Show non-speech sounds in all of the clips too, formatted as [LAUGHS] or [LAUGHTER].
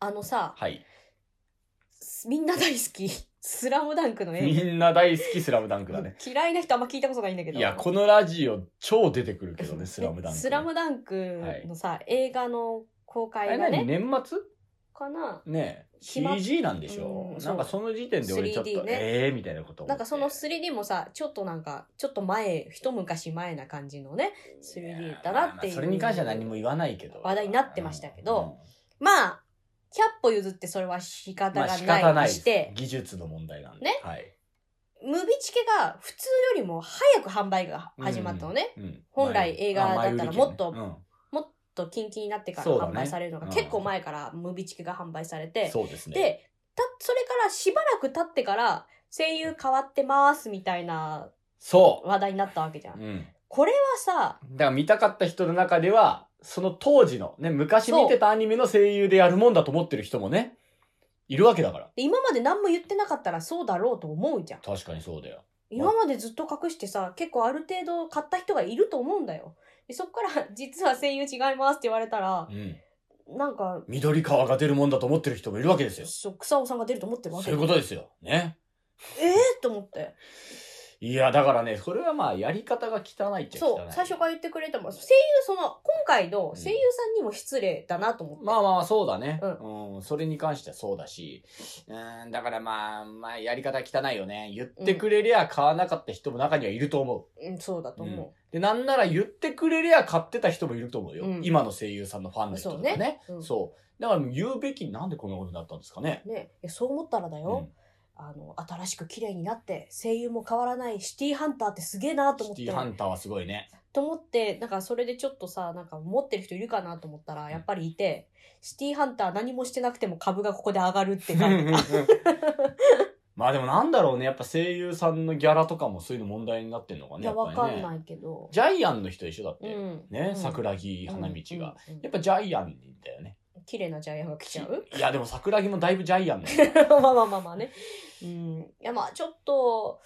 あのさ、はい。みんな大好き、 [LAUGHS] スラムダンクのみ映んな大好きスラムダンク画。だね。嫌いな人あんま聞いたことないんだけど。いや、このラジオ超出てくるけどね、スラムダンク。スラムダンクのさ、映画の公あ開れが何ね、年末かな。ねえ暇 CG なんでしょ、うんなんかその時点で俺ちょっと、 3D ねええー、みたいなこと思ってなんかその 3D もさ、ちょっとなんか、ちょっと前、一昔前な感じのね、3D だなっていうまあまあそれに関しては何も言わないけど話題になってましたけど、まあ、100歩譲ってそれは仕う方んまがあ仕な方いなにいでしすて、技術の問題なんでねはい、ムビチケが普通よりも早く販売が始まったのね。うん、本来映画だったらもっと前売り券ねもっとキンキンになってからそうだね販売されるのが、うん結構前からムビチケが販売されうんて、そうですねでたそれからしばらく経ってから声優変わってますみたいなそ話題になったわけじゃう、ん。うん、これはさだから見たかった人の中ではその当時のね昔見てたアニメの声優でやるもんだと思ってる人もねいるわけだから今まで何も言ってなかったらそうだろうと思うじゃん。確かにそうだよ今までずっと隠してさ結構ある程度買った人がいると思うんだよ。でそっから [LAUGHS] 実は声優違いますって言われたらうんなんか緑川が出るもんだと思ってる人もいるわけですよそう草尾さんが出ると思ってるわそけういうことですよねええー、と思っていや、だからね、それはまあ、やり方が汚いっちゃ汚い。そう最初から言ってくれても声優その今回の声優さんにも失礼だなと思って、まあまあ、そうだね。ううん。それに関してはそうだし。うん、だからまあ、まあ、やり方汚いよね。言ってくれりゃ買わなかった人も中にはいると思う。うん、そうだと思で、なんなら言ってくれりゃ買ってた人もいると思うよ。うん今の声優さんのファンの人とかね。そうう、うんそう。だからもう言うべき、なんでこんなことになったんですかね。ね、いやそう思ったらだよ、あの新しく綺麗になって声優も変わらないシティーハンターってすげえなとうん思っシテてィハンターはすごいね。と思ってなんかそれでちょっとさなんか持ってる人いるかなと思ったらやっぱりいて、シティーハンター何もしてなくても株がここで上がるって [LAUGHS] 書いてたまあでもなんだろうね。やっぱ声優さんのギャラとかもそういうの問題になってんのかね。いやっぱりわねかんないけど、ジャイアンの人でしょだって。うん、ね、うん桜木う花道が。んうんうんやっぱジャイアンだよね。綺麗なジャイアンが来ちゃういや、でも桜木もだいぶジャイアンだ [LAUGHS] よ。まあまあまあまあねうんいやまあちょっと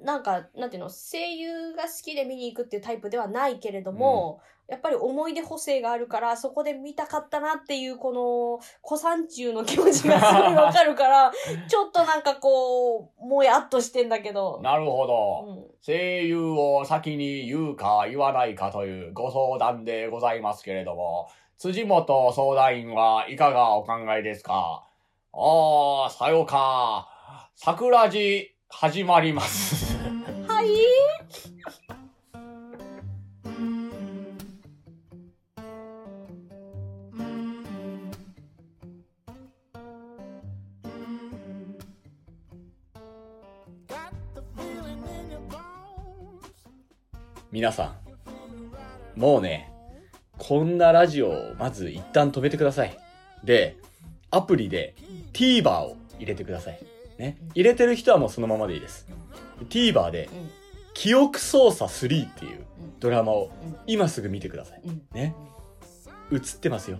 なんかなんていうの声優が好きで見に行くっていうタイプではないけれども、やっぱり思い出補正があるからそこで見たかったなっていうこの古参中の気持ちがすごいわかるから [LAUGHS] ちょっとなんかこうもやっとしてんだけど。なるほど。うん声優を先に言うか言わないかというご相談でございますけれども、辻元相談員はいかがお考えですかああ、さようか。桜地始まります。はい皆さん、もうね、こんなラジオをまず一旦止めてください。で、アプリで TVer を入れてください。ね。入れてる人はもうそのままでいいです。TVer で、記憶操作3っていうドラマを今すぐ見てください。うんうんね。映ってますよ。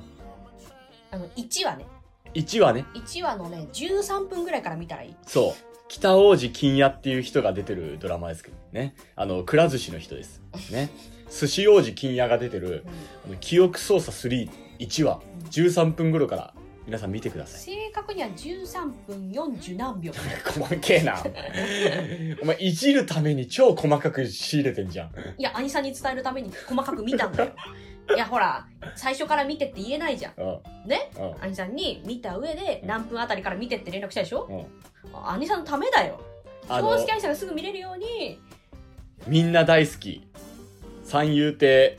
あの1話ね1話ね、 1話のね13分ぐらいから見たらいいそう。北王子金也っていう人が出てるドラマですけどね。あの、くら寿司の人です。 [LAUGHS] ね。寿司王子金也が出てる、あの記憶操作3、1話、13分頃から皆さん見てください。正確には13分40何秒細けえな。 [LAUGHS] お前、いじるために超細かく仕入れてんじゃん。いや兄さんに伝えるために細かく見たんだ [LAUGHS] よいやほら最初から見てって言えないじゃんうん。ねうん。兄さんに見た上で何分あたりから見てって連絡したでしょうん、兄さんのためだよあ公の式兄さんがすぐ見れるようにみんな大好き三遊亭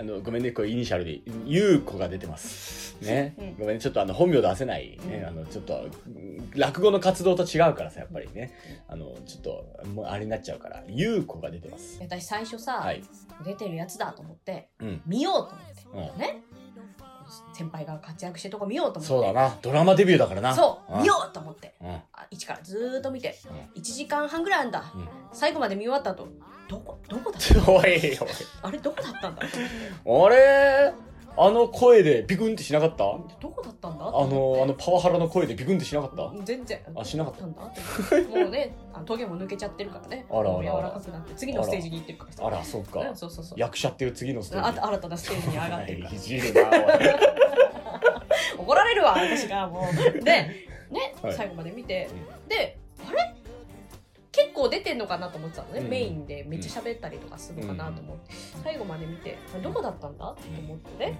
あのごめんねこれイニシャルでゆう子が出てますね、うんごめんねちょっとあの本名出せない、ねうんあのちょっとうん落語の活動と違うからさやっぱりねあのちょっともうあれになっちゃうからゆう子が出てますいや私最初さ、はい出てるやつだと思ってうん、見ようと思ってうん、ね先輩が活躍してるとこ見ようと思ってそうだなドラマデビューだからなそう見よようと思ってうん、うん [LAUGHS] あ一からずーっと見て1時間半ぐらいあんだうん、最後まで見終わった後どこどこだったおいあれどこだったんだおいあれあの声でビクンってしなかったあどこだったんだのあのパワハラの声でビクンってしなかった全然あしなかったんだもうねあのトゲも抜けちゃってるからねあらあらあら柔らかくなって次のステージに行ってるからあらそうかうんそうそうそう役者っていう次のステーあジ新たなステージに上がってるかいじるなおいら怒られるわ私がも [LAUGHS] うでね、はい最後まで見てであれ結構出てんのかなと思ってたのね、うんメインでめっちゃ喋ったりとかするのかなと思って、最後まで見てあどこだったんだと思ってね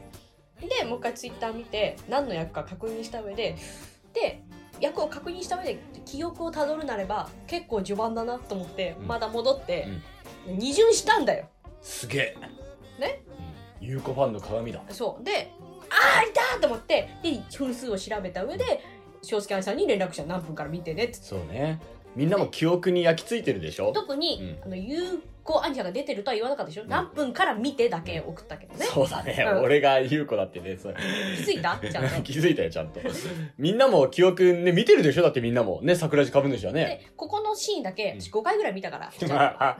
でもう一回ツイッター見て何の役か確認した上でで役を確認した上で記憶をたどるなれば結構序盤だなと思ってうんまだ戻って、二巡したんだよすげえねうんゆうこファンの鏡だそうであーいたと思ってで分数を調べた上で翔介愛さんに連絡した何分から見てねっつってそうねみんなも記憶に焼き付いてるでしょ特に、あうんの優子アンジャが出てるとは言わなかったでしょ、ん何分から見てだけ送ったけどね、そうだね、うん俺がゆうこだってねそう気づいたじゃあね [LAUGHS] 気づいたよちゃんとみんなも記憶ね見てるでしょだってみんなもね桜地株主はねでここのシーンだけうん私5回ぐらい見た [LAUGHS] から、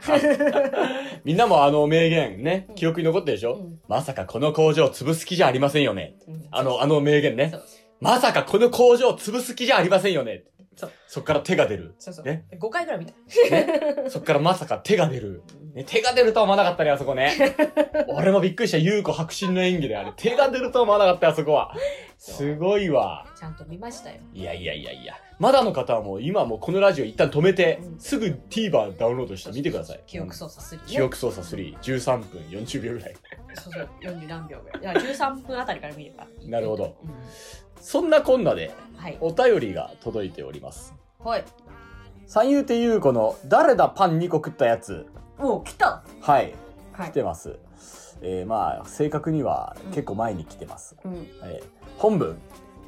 みんなもあの名言ねうん記憶に残ってるでしょ、うんまさかこの工場を潰す気じゃありませんよねうんあのあの名言ねそうまさかこの工場を潰す気じゃありませんよねそうそっから手が出る、そうそう、ね5回ぐらい見た、ね、そっからまさか手が出る、ね、手が出るとは思わなかったねあそ [LAUGHS] こね俺もびっくりした優子迫真の演技であれ手が出るとは思わなかったよあそこはすごいわちゃんと見ましたよいやいやいやいや。まだの方はもう今もうこのラジオ一旦止めて、うんすぐ TVer ダウンロードして見てください。記憶操操作する、作。記憶操作3、13分40秒ぐらい。そうそう40何秒ぐらいいや13分あたりから見ればいい [LAUGHS] なるほど、うんそんなこんなではいお便りが届いております。はい三遊亭優子の誰だパン2個食ったやつ。おう来たはい、は来い、てます。えー、まあ、正確には結構前に来てます。うん、えー本文、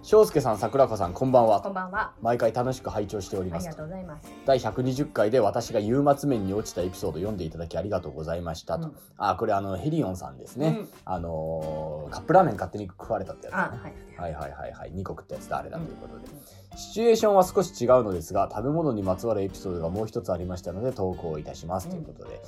翔介さん、桜子さん、こんばんこんは。ばんは毎回楽しく拝聴しておりあまりすが。とうございます第120回で私が夕末面に落ちたエピソードを読んでいただきありがとうございましたと、うんあこれあのヘリオンさんですね、うんあのーカップラーメン勝手に食われたってやつあねはいはいはいはいはい2個食ったやつだあれだということで、うんシチュエーションは少し違うのですが食べ物にまつわるエピソードがもう一つありましたので投稿いたしますということで、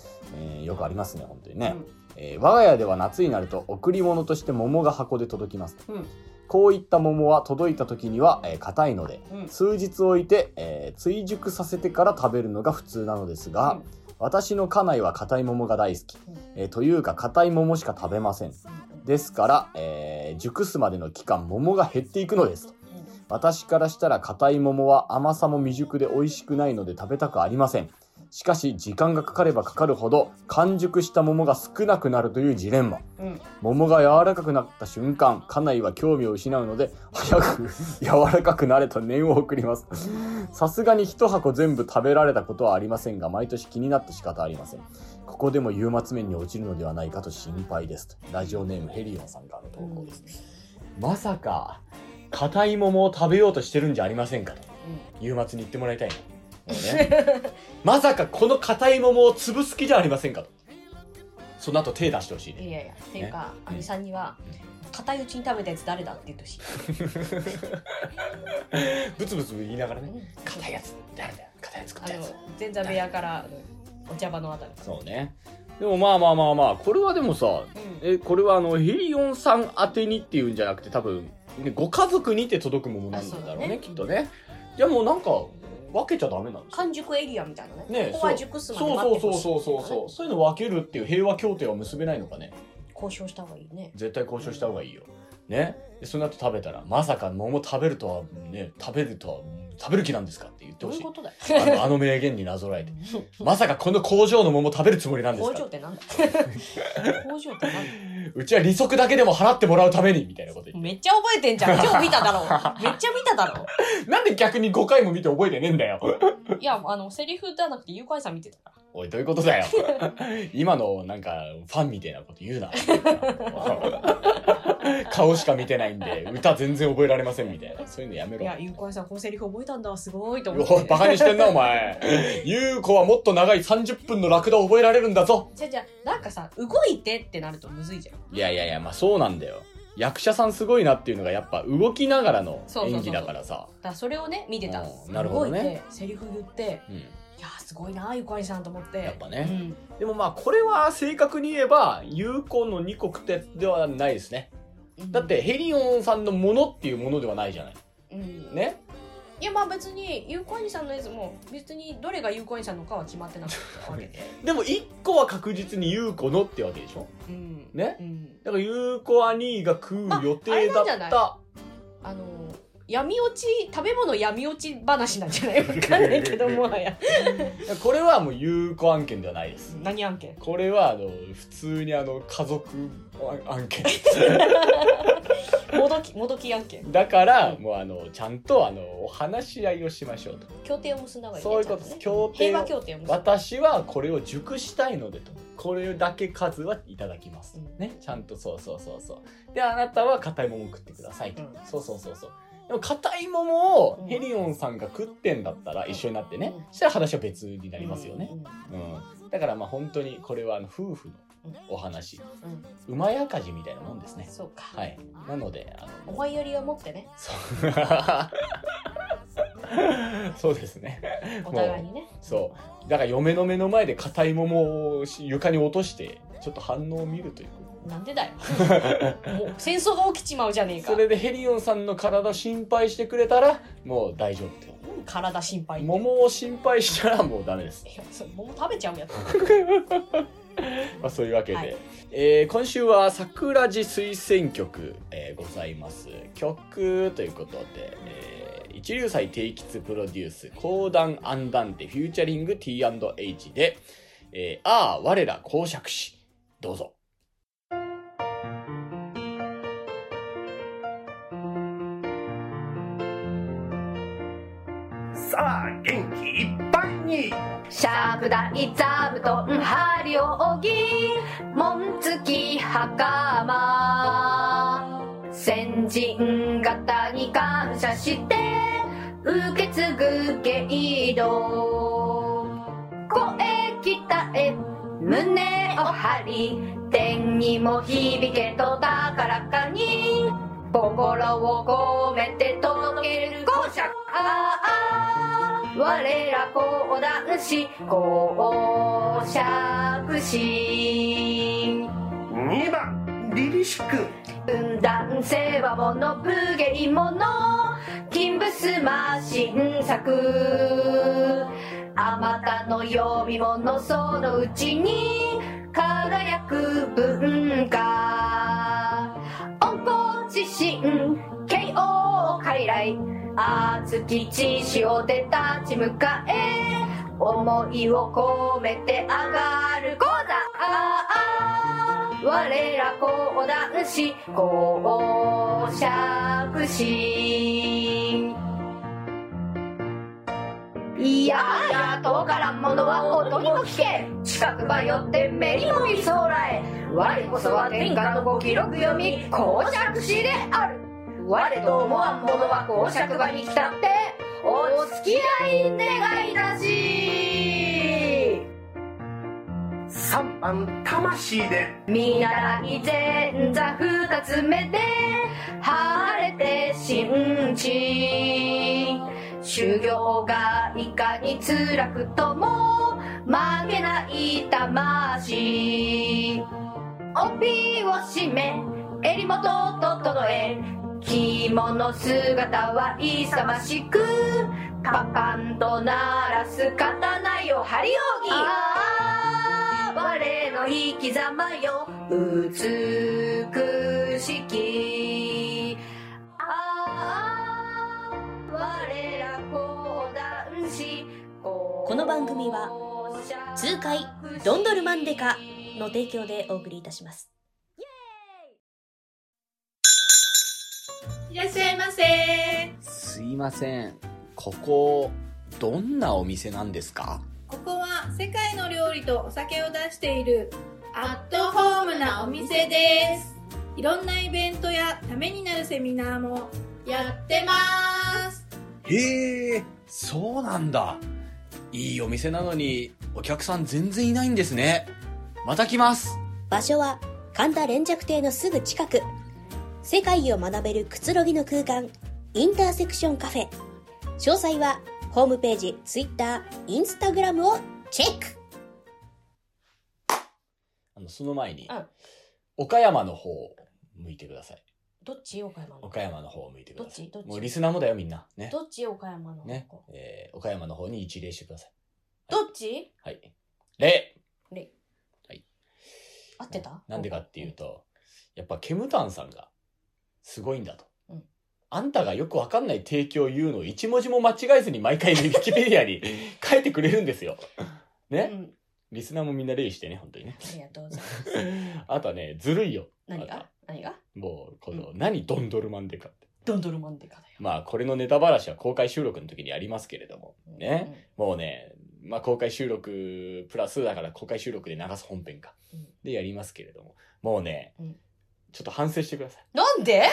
えーよくありますね本当にね、えー我が家では夏になると贈り物として桃が箱で届きます、うんこういった桃は届いた時には、えー硬いので、うん数日置いて、えー追熟させてから食べるのが普通なのですが、うん私の家内は硬い桃が大好き、うんえーというか硬い桃しか食べませんですから、えー熟すまでの期間桃が減っていくのですと私からしたら硬い桃は甘さも未熟で美味しくないので食べたくありませんしかし時間がかかればかかるほど完熟した桃が少なくなるというジレンマうんうん桃が柔らかくなった瞬間家内は興味を失うので早く柔らかくなれと念を送りますさすがに一箱全部食べられたことはありませんが毎年気になって仕方ありませんここでも夕末面に落ちるのではないかと心配ですとラジオネームヘリオンさんからの投稿です、まさか硬い桃を食べようとしてるんじゃありませんかと夕末に言ってもらいたいなもうねまさかこの硬い桃を潰す気じゃありませんかとその後手出してほしいうんいねやいやっていうか亜美さんには固いうちに食べたやつ誰だって言ってほしいブツブツ言いながらね硬硬いやつ誰だよ硬いやつ食っあたやのつ前座部屋からお茶場のあたりそうねでもまあまあまあまあこれはでもさうんえこれはあのヘリオンさん宛てにっていうんじゃなくて多分、ね、ご家族にって届くものなんだろうねあそうだねきっとねじゃあもうなんか分けちゃダメなんですよ完熟エリアみたいなねねここは熟すまそでう待そっうてそうほしいそうそうそうそういうの分けるっていう平和協定は結べないのかね交渉した方がいいね絶対交渉した方がいいよねでその後食べたらまさか桃食べるとはね食べるとは食べる気なんですかって言ってどほういしういことだよあのあの名言になぞらえてまさかこの工場の桃食べるつもりなんです工か場ってなん [LAUGHS] だ工場ってなんだうちは利息だけでも払ってもらうためにみたいなこと言っめっちゃ覚えてんじゃん今日見ただろめっちゃ見ただろて。なんで逆に5回も見て覚えてねえんだよ。いやあのセリフではなくて誘拐さん見てたかおい、どういうことだよ。今のなんかファンみたいなこと言うな。顔しか見てないんで、歌全然覚えられませんみたいな。そういうのやめらいろや。誘拐さんこのセリフ覚えたんだすごいと思っおい、てバカにしてんな、お前。ゆうこはもっと長い30分のラクダを覚えられるんだぞ。じゃあじゃあなんかさ動いてってなるとむずいじゃんいやいやいや、まあそうなんだよ。役者さんすごいなっていうのがやっぱ動きながらのそうそうそうそう演技だからさ。だからそれをね見てたうんなるほどね動いてセリフ言ってうん。いやーすごいなーゆかりさんと思ってやっぱね。うんでもまあこれは正確に言えば有効の2国ってではないですねうんだってヘリオンさんのものっていうものではないじゃないうんねいやまあ別にゆうこあにさんのやつも別にどれがゆうこあにさんのかは決まってなかったわ [LAUGHS] けででも1個は確実に有効のってわけでしょうんねうんだから有効兄が食う予定だっまああれなんじゃたあの闇落ち食べ物闇落ち話なんじゃないわかんないけどもは [LAUGHS] やこれはもう有効案件ではないです何案件これはあの普通にあの家族あ案件もどきもどき案件だからもうあのちゃんとあのお話し合いをしましょうと協定を結んだ方がいいね、そういうことですちゃんね協定を平和協定を結んだ私はこれを熟したいのでとこれだけ数はいただきます、うんねちゃんとそうそうそうそうであなたは硬い桃を食ってくださいと、うんそうそうそうそうでも硬い桃うをんヘリオンさんが食ってんだったらうん一緒になってね、うんしたら話は別になりますよね、ううんうんんだからまあ本当にこれはあの夫婦のお話うん馬やかじみたいなもんですねそうか、はいなのであの [LAUGHS] 思いやりを持ってねそうそうですねお互いにねそうだから嫁の目の前で硬い桃をし床に落としてちょっと反応を見るというなんでだ [LAUGHS] よもう戦争が起きちまうじゃねえかそれでヘリオンさんの体心配してくれたらもう大丈夫って体心配って桃を心配したらもうダメです、いやそれ桃食べちゃうやつまあ、そういうわけで、はいえー今週は桜地推薦曲、えーございます曲ということで、えー一流祭定吉プロデュース講談アンダンテフューチャリング T&H で、えーああ我ら公爵士どうぞさあ元気いっぱいにシャープ大座布団張り扇紋付き袴先人方に感謝して受け継ぐ芸道声鍛え胸を張り天にも響けと高らかに心を込めて届ける公爵ああ我ら講談師公爵師2番凛々しく分断世話物武芸者金ブスマ新作あまたの呼び物そのうちに輝く文化温故知新慶応傀儡熱き知識を出立ち向かえ思いを込めて上がる講座我ら講談師講釈師いやいや遠からんものは音にも聞け近くば寄って目にも居候え我こそは天下のご記録読み講釈師である我と思わん者は講釈場に来たってお付き合い願いだし3番魂で見習い前座二つ目で晴れて心地修行がいかに辛くとも負けない魂帯を締め襟元を整え着物姿は勇ましくパカンと鳴らす刀よ張り扇ああ我の生き様よ美しきああ我ら講談師ここの番組は痛快ドンドルマンデカの提供でお送りいたします。いらっしゃいませすいませんここどんなお店なんですかここは世界の料理とお酒を出しているアットホームなお店です。いろんなイベントやためになるセミナーもやってます。へえそうなんだいいお店なのにお客さん全然いないんですねまた来ます場所は神田連雀亭のすぐ近く。世界を学べるくつろぎの空間、インターセクションカフェ。詳細はホームページ、ツイッター、インスタグラムをチェックあのその前に、うん岡山の方を向いてくださいどっち岡山の岡山の方を向いてくださいどっちどっちもうリスナーもだよみんなねどっち岡山のね、えー岡山の方に一礼してくださいどっちはい礼合ってたなんでかっていうとやっぱケムタンさんがすごいんだと、うんあんたがよくわかんない提供を言うのを一文字も間違えずに毎回ねウィキペディアに [LAUGHS] 書いてくれるんですよ。うね、ん、リスナーもみんな礼儀してね、本当 [LAUGHS] にね。ありがとうござい [LAUGHS] ます。あとはね、ずるいよ。何あとが何がもう、この、何ドンドルマンでかって。ドンドルマンデカだよ。まあ、これのネタばらしは公開収録の時にありますけれども、ね。もうね、まあ、公開収録、プラス、だから公開収録で流す本編かうん。で、やりますけれども、もうねうん、ちょっと反省してください。うん。なんで [LAUGHS]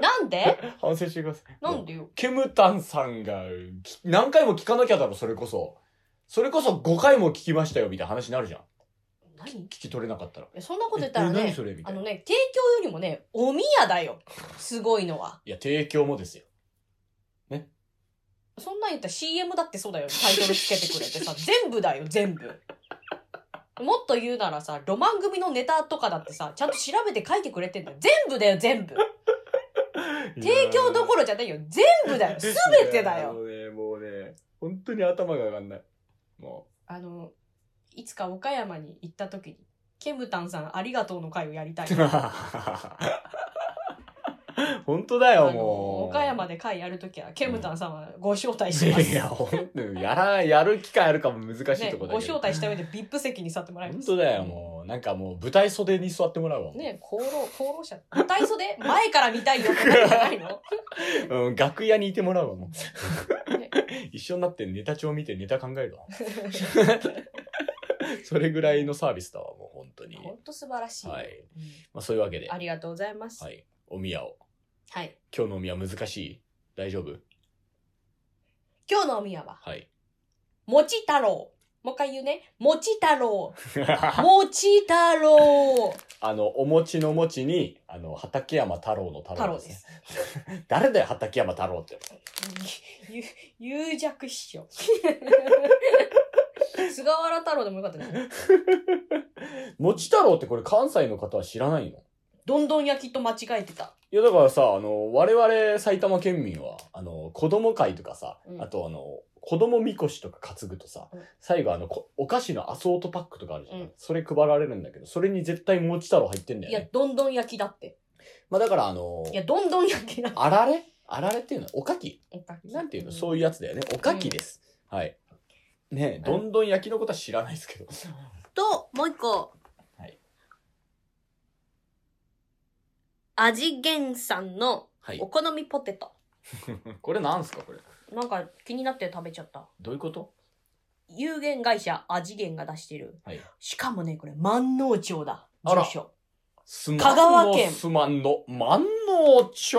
なんで反省してください。なんでよ。ケムタンさんが、き何回も聞かなきゃだろ、それこそ。それこそ5回も聞きましたよ、みたいな話になるじゃん。何い聞き取れなかったら。やそんなこと言ったらええ何ねそれみ、たあいなのね、提供よりもね、おみやだよ。すごいのは。いや、提供もですよ。そんなん言ったら CM だってそうだよ。タイトルつけてくれ [LAUGHS] てさ、全部だよ、全部。もっと言うならさ、ロマン組のネタとかだってさ、ちゃんと調べて書いてくれてんだよ。全部だよ、全部。提供どころじゃないよ。全部だよ。すべてだよ。いや。もうね、もうね、本当に頭が上がんない。もあの、いつか岡山に行った時に、ケムタンさんありがとうの会をやり [LAUGHS] たい。うあ。 [LAUGHS] 本当だよ、のもう。岡山で会やるときは、ケムタンさんはご招待してまいす。や、本当にやら、やる機会あるかも難しいね、とこごだけど。招待した上で VIP 席に座ってもらいま本す。当だよ、もう。なんかもう、舞台袖に座ってもらうわ。ね功労、功労者。舞台袖 [LAUGHS] 前から見たいよってなるんじゃないのうん、楽屋にいてもらうわ、もねう。一緒になってネタ帳見てネタ考え [LAUGHS] るわ。それぐらいのサービスだわ、もう本当に。ほんと素晴らしい。はいうんまあ、そういうわけで、ありがとうございます。はい。おみやを。はい。今日のおみや難しい大丈夫今日のおみやは、はい。もち太郎。もう一回言うね。もち太郎。もち太郎。 [LAUGHS] あの、お餅の餅に、あの、畠山太郎の太太郎郎で、ですね。す。誰だよ、畠山太郎って。ゆゆ弱弱師 [LAUGHS] 匠。菅原太郎でもよかったね。餅太郎ってこれ関西の方は知らないのどんどん焼きと間違えてた。いや、だからさ、あの、我々埼玉県民は、あの、子供会とかさ、うんあとあの、子供みこしとか担ぐとさ、うん最後あのこ、お菓子のアソートパックとかあるじゃん。うんそれ配られるんだけど、それに絶対餅太郎入ってんだいよやね。、どんどん焼きだって。まあだからあのい、や、どんどん焼きだ。あられあられっていうのはおかきなんていうのそういうやつだよね。おかきです。はい。ねえ、どんどん焼きのことは知らないですけど。と、もう一個。はい。味源さんのはいお。好みポテト。これなんすかこれ。なんか気になって食べちゃった。どういうこと有限会社味源が出してる。はいしかもね、これ万能町だ。あら住所。すまんの香川県すまんの。万能町。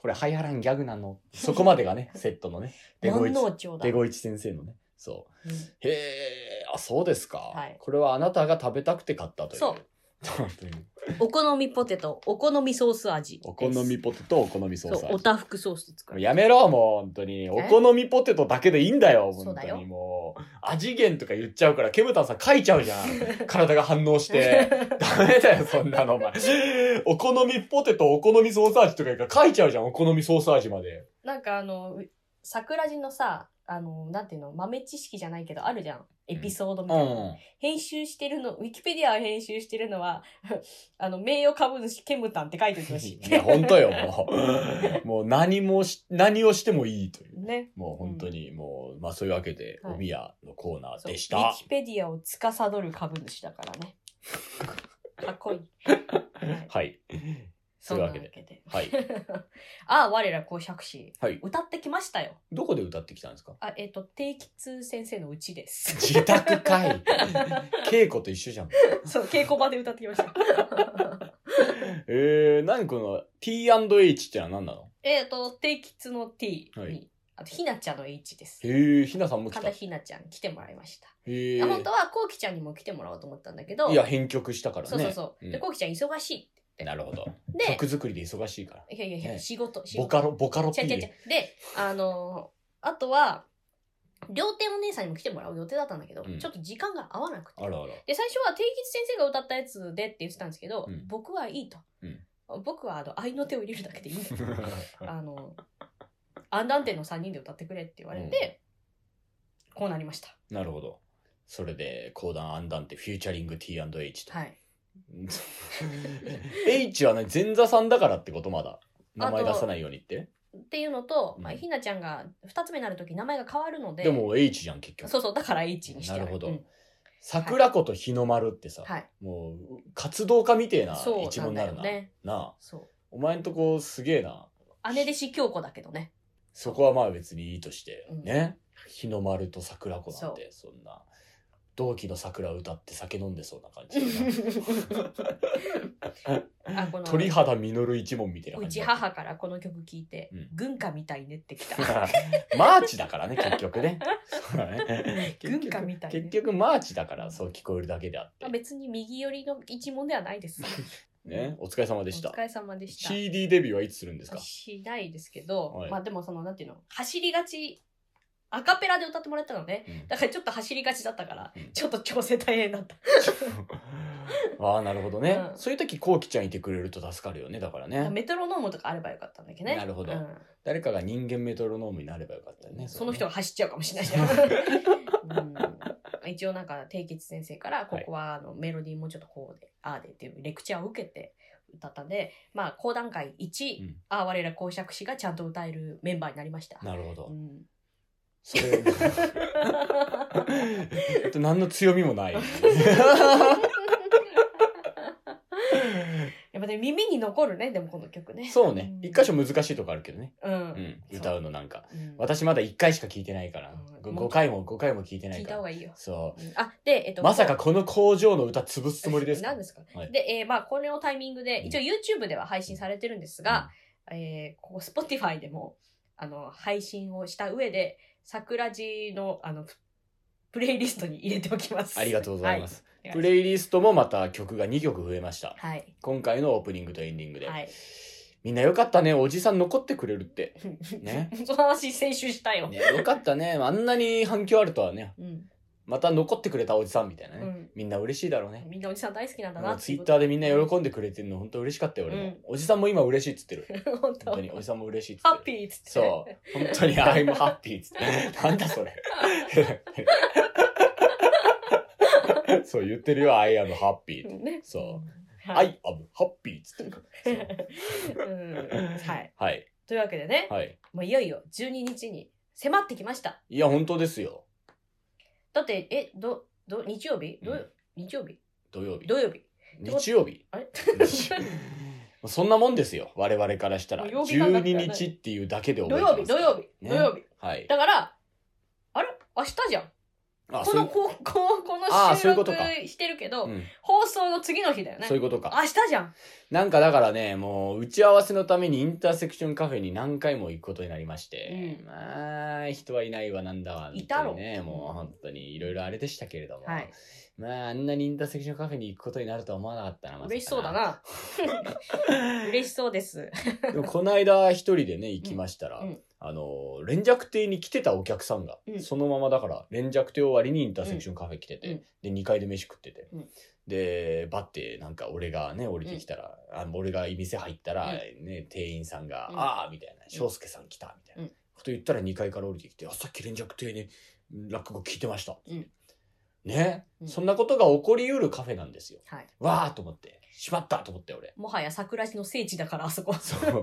これ流行らんギャグなの。そこまでが [LAUGHS] ね、セットのね。デゴイ万チ能。町だ。デゴイチ先生のね。そう。うんへえ、あ、そうですか。はいこれはあなたが食べたくて買ったという。 [LAUGHS] そう。というお好みポテト、お好みソース味です。お好みポテト、お好みソースそう、味おたふくソースで作もうる。やめろ、もう、本当に。お好みポテトだけでいいんだよ、そう本だ当よに。もう、味源とか言っちゃうから、ケムタンさん書いちゃうじゃ [LAUGHS] ん。体が反応して。ダメだよ、そんなの、お前。お好みポテト、お好みソース味とか言うから書いちゃうじゃん、お好みソース味まで。なんかあの、う桜地のさ、あの、なんていうの、豆知識じゃないけど、あるじゃん。エピソードみたいな。ん。編集してるの、ウィキペディア編集してるのは、 [LAUGHS] あの、名誉株主ケムタンって書いててほしい。 [LAUGHS] いや、本当よ、もう。もう何もし、何をしてもいいという。ね。もう本当に、もう、まあそういうわけで、はいおみやのコーナーそうでウした。ィキペディアを司る株主だから [LAUGHS] ね。かっこいい。はいはい。そんそういうなわわけけで。で。はい。 [LAUGHS] ああ、我ら公爵士。はい歌ってきましたよ。どこで歌ってきたんで [LAUGHS] すかあ、えっ、と、定期通先生のうちです。 [LAUGHS] 自宅かい。稽古と一緒じゃん。そう、稽古場で歌ってきました。えー、何この T&H ってのは何なのえっと、定期通の T に、はいあと、ひなちゃんの H です。へえ、ひなさんも来た。神田へひなちゃん来てもらいました。え。あ本当はこうきちゃんにも来てもらおうと思ったんだけど、いや、編曲したからね。そうそうそう。んで、こうきちゃん忙しい。なるほど。で、曲作りで忙しいから。いやいやいや、ね仕事、仕事。ボカロ、ボカロ P 違う違う違う。で。で、あのーあとは、両手お姉さんにも来てもらう予定だったんだけど、うんちょっと時間が合わなくて。あらあら。で、最初は定吉先生が歌ったやつでって言ってたんですけど、うん僕はいいと。うん僕は、あの、愛の手を入れるだけでいいんだ [LAUGHS] と。あの、アンダンテの3人で歌ってくれって言われて、こうなりました。なるほど。それで、講談アンダンテ、フューチャリング [LAUGHS] T&H と。はい。 H はね、前座さんだからってことまだ。名前出さないようにってっていうのと、うんまあ、ひなちゃんが2つ目になる時名前が変わるのででも H じゃん結局そうそうだから H にしてあなるほどうん桜子と日の丸ってさ、はいもう活動家みてえなそう一文になるななんだよねなあそお前んとこすげえなう姉弟子京子だけどねそこはまあ別にいいとして、うんね日の丸と桜子なんてそんな同期の桜を歌って酒飲んでそうな感 [LAUGHS] じだなあこの鳥肌実一門みたいなう感ちじ [LAUGHS] だ母からこの曲聞いて、うん軍歌みたいねって [LAUGHS] きたマーチだからね結局ねそうだね [LAUGHS] 軍歌みたいね結局マーチだからそう聞こえるだけであってまあ、別に右寄りの一問ではないです。ねお疲れ様おでした疲れ様でした。 CD デビューはいつするんですかしないですけど、はいまあでもその、なんていうの、走りがち、アカペラで歌ってもらったのね。うんだからちょっと走りがちだったから、うんちょっと調整大変だった。 [LAUGHS] ああなるほどね、うんそういう時こうきちゃんいてくれると助かるよねだからねメトロノームとかあればよかったんだけどね。なるほどうん誰かが人間メトロノームになればよかったよねその人はが走っちゃうかもしれないじゃん。うん一応なんか、定吉先生から、ここはあのメロディーもうちょっとこうで、ああでっていうレクチャーを受けて歌ったんで、まあ、高段階1、うんああ、我ら公爵士がちゃんと歌えるメンバーになりました。なるほど、うん [LAUGHS] それ [LAUGHS] えっと何の強みもないやっぱね、耳に残るね、でもこの曲ね。 [LAUGHS] そうねん一箇所難しいとこあるけどね、う。うんん、歌うのなんかうん私まだ1回しか聞いてないからうごん5回も5回も聞いてな聞いいかた方がらいいよ。そうんあ、で、えっうと。まさかこの工場の歌潰すつもりですか何ですか、はいで、えーまあ、これをタイミングうで、ん一応 YouTube では配信されてるんですが、えーここ Spotify でも、あの、配信をした上で、桜地の、あの、プレイリストに入れておきます。。ありがとうございますす、はいプレイリストもまた曲が2曲増えましたはい。今回のオープニングとエンディングで、はい。みんなよかったねおじさん残ってくれるってね [LAUGHS] その話、先週したよ。ねよかったねあんなに反響あるとはねうん。また残ってくれたおじさんみたいなね、うんみんな嬉しいだろうね、みんなおじさん大好きなんだなツイッターでみんな喜んんでくれてるの本当嬉しかったよ俺も、うんおじさんも今嬉しいっつっ [LAUGHS] てるで。本当本当におじさんも嬉しいっつってハるッピーっつって。そう本当に「I'm happy」っつって [LAUGHS] なんだそれ [LAUGHS] そう言ってるよ「I am happy」ってね。そうう「はい。 I am happy」っつってるそ [LAUGHS] ううんはい。はいというわけでね、はいもういよいよ12日に迫ってきました。いや本当ですよだって、え、ど、ど、日曜日ど、うん日曜日土曜日土曜日日曜日あれそんなもんですよ我々からしたらもう曜日感覚がな12い日っていうだけで土覚えて曜日、土ます曜日、ね土曜日。はいだから、あれ明日じゃん。あこそういの、うこうこうこあーのそう収いうこと録かしてるけど、うん放送の次の日だよね。そういうことか明日じゃん。なんかだからねもう打ち合わせのためにインターセクションカフェに何回も行くことになりまして、うんまあ人はいないわなんだわいたろ本当にねもう本当にいろいろあれでしたけれども、はい。まああんなにインターセクションカフェに行くことになるとは思わなかったな、まさか嬉しそうだな。 [LAUGHS] 嬉しそうです。でもこの間一人でね行きましたら、うんうんあの連雀亭に来てたお客さんが、うんそのままだから連雀亭終わりにインターセクションカフェ来てて、うんで2階で飯食ってて、うんでバッてなんか俺がね降りてきたら、あ俺が店入ったら、ね店員さんが「うんああ」みたいな「翔介さん来た」みたいな、うんこと言ったら2階から降りてきて「あさっき連雀亭に落語聞いてました」うんね、うんそんなことが起こりうるカフェなんですよ。はい。わーと思ってしまったと思って俺。もはや桜地の聖地だから、あそこ。そう。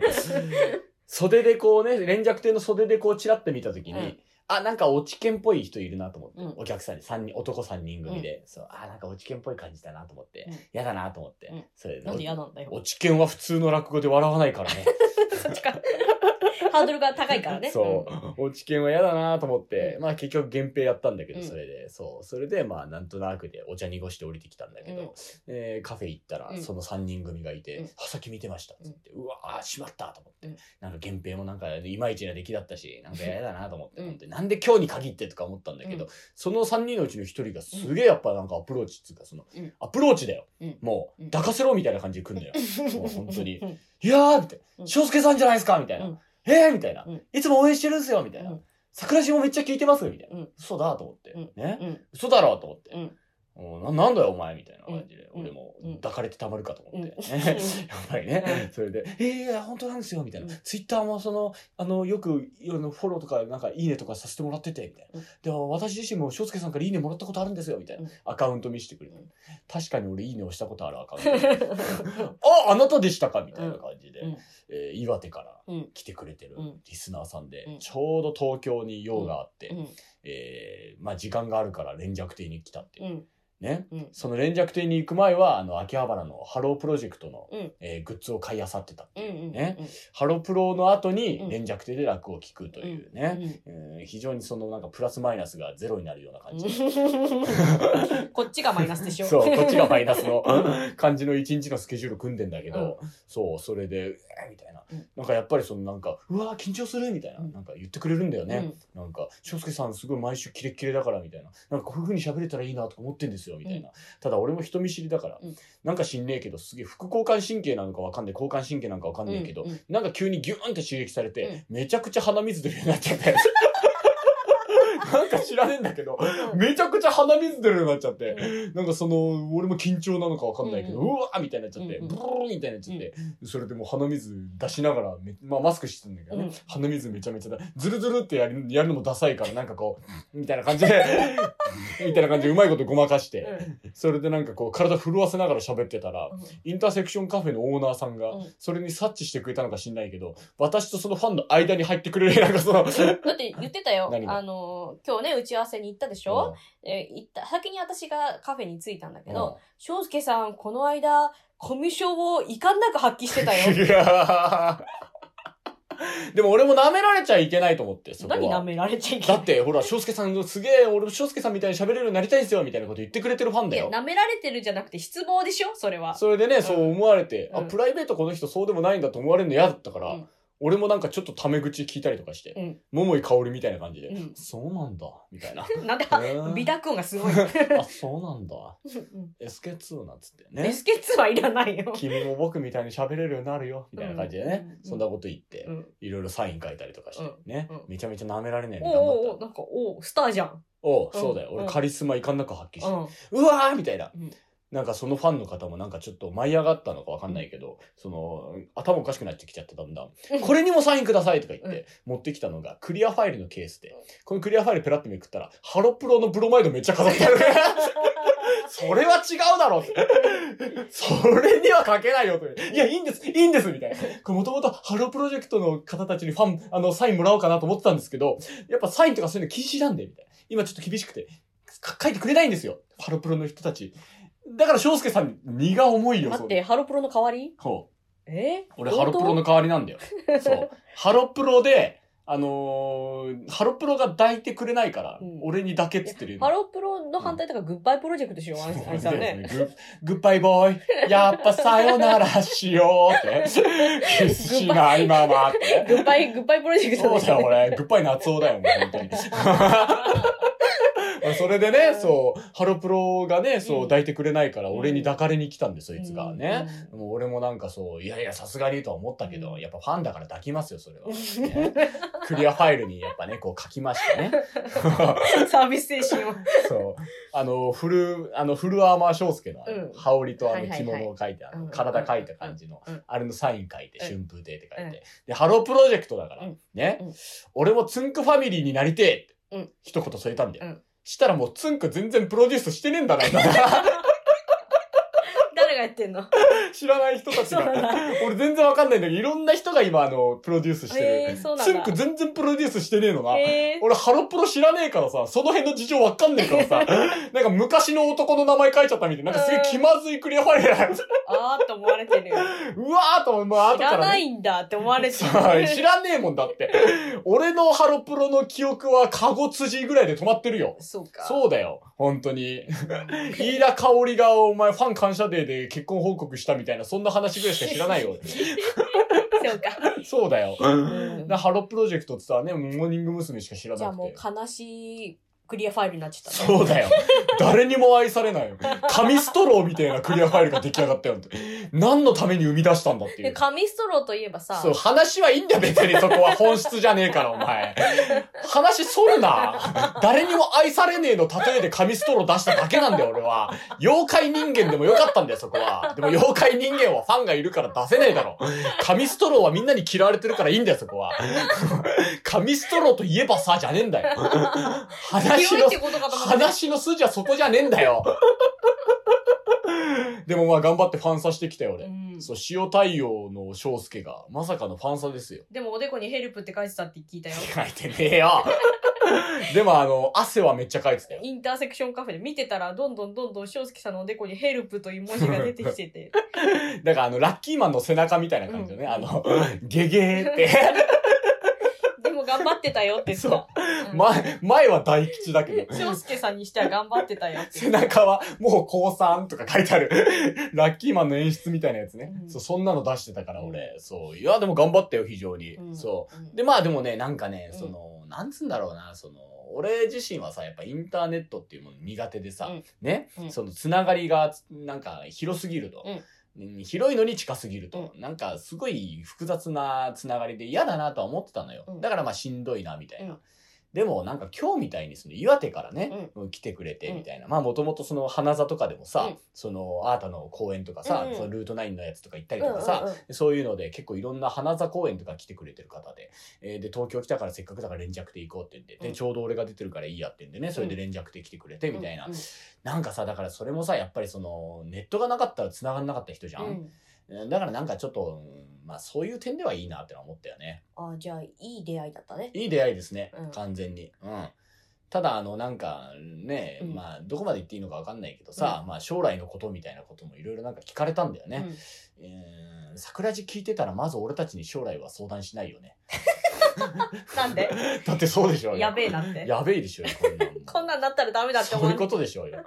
袖でこうね、連着亭の袖でこうチラッと見たときに、うんあ、なんか落ち券っぽい人いるなと思って、うんお客さんに三人、男3人組で、そう、あ、なんか落ち券っぽい感じだなと思って、うん嫌だなと思って、うんそれでなんで嫌なんだよ。落ち券は普通の落語で笑わないからね。そっちか。ハードルが高いからね。そう。落ち券は嫌だなと思って、うまあ結局源平やったんだけど、うんそれで、そう。それで、まあなんとなくでお茶濁して降りてきたんだけど、うんえーカフェ行ったらう、んその3人組がいて、うんあ、さっき見てましたっつって、うわー、しまったと思って、うんなんか源平もなんかいまいちな出来だったし、なんか嫌だなと思って、うん本当になんで今日に限ってとか思ったんだけど、うその3人のうちの1人がすげえやっぱなんかアプローチっつうか、その、うんアプローチだよ。うんもう、うん抱かせろみたいな感じで来んのよ。うんもう本当にうんいやーみたいうな。ん翔介さんじゃないですかみたいな。うんえーみたいなうん。。。いつも応援してるんすよみたいうなん桜島めっちゃ聞いてますみたいうなん嘘だと思ってう。ねうん嘘だろうと思ってうん。おななんだよお前みたいな感じで、うん俺もうん抱かれてたまるかと思っうて、ん [LAUGHS] やっぱりねう、それで「ええ本当なんですよ」みたいな、うんツイッターもそのあのよくあのフォローとかなんか「いいね」とかさせてもらっててみたいな、うんで私自身も翔介さんから「いいね」もらったことあるんですよみたいな、うんアカウント見せてくれて、うん確かに俺「いいね」をしたことあるアカウントああなたでしたかみたいな感じで、うんえー岩手からうん来てくれてるうんリスナーさんで、うんちょうど東京に用があって、うんえーまあ、時間があるから連絡亭に来たっていう、うんねうんその連絡亭に行く前はあの秋葉原のハロープロジェクトの、うんえーグッズを買い漁ってたってういんう、うんねハロプロの後にうん連絡亭で楽を聞くというね、えー非常にそのなんかプラスマイナスがゼロになるような感じ、うんこっちがマイナスでしょそうこっちがマイナスの感じの一日のスケジュール組んでんだけど、そうそれで「うえーみたいな、うんなんかやっぱりそのなんか「うわー緊張する」みたいな、うんなんか言ってくれるんだよね、うんなんか「翔介さんすごい毎週キレッキレだから」みたいな「なんかこういう風に喋れたらいいな」とか思ってんですよみたいな、ただ俺も人見知りだから、うんなんか知んねえけどすげえ副交感神経なのかわかんない交感神経なんかわかんねえけど、うんうんなんか急にギューンって刺激されて、めちゃくちゃ鼻水出るようになっち [LAUGHS] ゃって。なんか知らねえんだけど、うんめちゃくちゃ鼻水出るようになっちゃって、うなんかその、俺も緊張なのかわかんないけど、ううんうんわーみたいになっちゃって、うんうんブルーみたいになっちゃって、それでもう鼻水出しながらめ、まあマスクしてたんだけどね、うん鼻水めちゃめちゃだ、ズルズルってやるやるのもダサいから、なんかこう、みたいな感じで、 [LAUGHS] みたいな感じでうまいことごまかして、それでなんかこう体震わせながら喋ってたら、うんインターセクションカフェのオーナーさんがうん、それに察知してくれたのか知んないけど、私とそのファンの間に入ってくれる、なんかその、だって言ってたよ何。があの、今日ね、打ち合わせに行ったでしょ、えー行った、先に私がカフェに着いたんだけど、翔介さん、この間、コミュ障を遺憾なく発揮してたよ。いやーでも俺も舐められちゃいけないと思って、そこは。何舐められちゃいけだないっ。て、ほら、翔介さんのすげえ、俺も翔介さんみたいに喋れるようになりたいんですよ、みたいなこと言ってくれてるファンいだや、よ。舐められてるじゃなくて失望でしょそれは。それでね、そう思われて、うんあ、プライベートこの人そうでもないんだと思われるの嫌だったから、うん俺もなんかちょっとタメ口聞いたりとかして、うん桃井香りみたいな感じで、うんそうなんだ、[LAUGHS] みたいな。なんで、うん美濁音がすごい。あ、そうなんだ。SK2 なんつってね。 SK2 はいらないよ。君も僕みたいに喋れるようになるよ、みたいな感じでね。うんそんなこと言って、うんいろいろサイン書いたりとかして、うんね、うんめちゃめちゃ舐められないようおにうおうお頑張っうた。なんか、おうスターじゃん。おうそうだよ。うん俺カリスマいかんなく発揮しうて、ん。うわーみたいなうん。なんかそのファンの方もなんかちょっと舞い上がったのかわかんないけど、その、頭おかしくなってきちゃってだんだんうん。これにもサインくださいとか言って、持ってきたのがクリアファイルのケースで、このクリアファイルペラってめくったら、ハロプロのブロマイドめっちゃ飾っ [LAUGHS] てある。それは違うだろうそれには書けないよとか言って。いや、いいんです、いいんですみたいな。これもともとハロープロジェクトの方たちにファン、あの、サインもらおうかなと思ってたんですけど、やっぱサインとかそういうの禁止なんで、みたいな。今ちょっと厳しくて、か書いてくれないんですよ。ハロプロの人たち。だから翔介さんに荷が重いよ、待そっうて、ハロプロの代わりそう。え俺ハロプロの代わりなんだよ。そう。ハロプロで、あのーハロプロが抱いてくれないから、うん俺にだけっつってるよ。 [LAUGHS] ハロプロの反対とか、グッバイプロジェクトしよう、あそういさんね。ですねグッグッバイボーイ。やっぱさよならしようって。キスしないままって。グッバイ、グッバイプロジェクトそうでだよ、俺。グッバイ夏男だよ、もう本 [LAUGHS] 当に。まあそれでね、そう、ハロプロがね、そう、うん抱いてくれないから、うん俺に抱かれに来たんです、そいつがね。うんもう俺もなんかそう、いやいや、さすがにとは思ったけど、うんやっぱファンだから抱きます [LAUGHS] よ、それは。ねクリアファイルにやっぱね、こう書きましてね。サービス精神を。 [LAUGHS] そう。あの、フル、あの、フルアーマー翔介のあのうん羽織とあはのいはいはい着物を書いて、あうのん体書いた感じのうんうん、あれのサイン書いて、う春風亭って書いうんて。で、ハロープロジェクトだからうん、ねうん。俺もツンクファミリーになりてえってうん一言添えたんだうよん。したらもうツンク全然プロデュースしてねえ [LAUGHS] んだな。誰がやってん [LAUGHS] の知らない人たちそうなんが。俺全然わかんないんだけど、いろんな人が今あの、プロデュースしてえる。ーそうなんツだンク全然プロデュースしてねえのな。え俺、ハロプロ知らねえからさ、その辺の事情わかんねえからさ、なんか昔の男の名前書いちゃったみたいな、なんかすげえ気まずいクリアファイルだよあーって思われてるよ。うわーと思う、まあ、知後かららなね。いんだって思われてる。はい [LAUGHS] 知らねえもんだって。俺のハロプロの記憶はカゴ辻ぐらいで止まってるよ。そうか。そうだよ、本当に。飯田香織がお前ファン感謝デーで結婚報告したみたいな、そんな話ぐらいしか知らな [LAUGHS] いよ。そうか。そうだよ。うんなハロプロジェクトってさ、ね、モーニング娘。しか知らなくじて。ゃあもう悲しいクリアファイルになっちゃったね。そうだよ。誰にも愛されないよ。紙ストローみたいなクリアファイルが出来上がったよって。何のために生み出したんだっていでう。紙ストローといえばさそう、話はいいんだよ、別にそこは。本質じゃねえから、お前。話そるな。誰にも愛されねえの例えで紙ストロー出しただけなんだよ、俺は。妖怪人間でもよかったんだよ、そこは。でも妖怪人間はファンがいるから出せねえだろ。紙ストローはみんなに嫌われてるからいいんだよ、そこは。紙ストローといえばさ、じゃねえん [LAUGHS] だよ。話広いのってことかと思った話の筋はそこじゃねえん [LAUGHS] だよ。でもまあ頑張ってファンサしてきたよ、俺。うんそう、塩太陽の翔介が、まさかのファンサですよ。でもおでこにヘルプって書いてたって聞いたよ書いてね [LAUGHS] えよ。でもあの、汗はめっちゃかいてたよ。インターセクションカフェで見てたらどんどんどんどん翔介さんのおでこにヘルプという文字が出てきててだからあの、ラッキーマンの背中みたいな感じのね、うんあの、 [LAUGHS] ゲゲーって。でも頑張ってたよって言ってたうん前、前は大吉 [LAUGHS] だけど。翔介さんにしては頑張ってたよって背中はもう高3とか書いてある。 [LAUGHS] ラッキーマンの演出みたいなやつね。うんそう、そんなの出してたから俺。そう。いや、でも頑張ったよ、非常に。うんそう。うんで、まあでもね、なんかね、うんその、なんつうんだろうな、その、俺自身はさ、やっぱインターネットっていうもの苦手でさ、うんね、うんそのつながりが、なんか広すぎると。うんうん広いのに近すぎると、なんかすごい複雑なつながりで嫌だなとは思ってたのよ、うんだからまあしんどいなみたいうな、んでもなんか今日みたいにその岩手からね、来てくれてみたいな、まあもともとその花座とかでもさ、うんそのあーたの公演とかさ、うんそのルート9のやつとか行ったりうんうとんうんかさ、そういうので結構いろんな花座公園とか来てくれてる方で、えーで、東京来たからせっかくだから連着で行こうって言って、うんで、ちょうど俺が出てるからいいやって言うんでね、それで連着で来てくれてみたいな。なんかさ、だからそれもさ、やっぱりその、ネットがなかったら繋がんなかった人じゃうんん。うんだからなんかちょっと、うんまあそういう点ではいいなってのは思ったよね。あじゃあいい出会いだったねいい出会いですね、うん完全に。うん。ただあのなんかね、うんまあどこまで言っていいのかわかんないけどさ、まあ将来のことみたいなこともいろいろなんか聞かれたんだよね。うんえー桜地聞いてたらまず俺たちに将来は相談しないよね。 [LAUGHS] [LAUGHS] なんでだってそうでしょうよ。やべえなってやべえでしょうよ、こんなんも [LAUGHS] こんなんなったらダメだって思そういううことでしょうよ。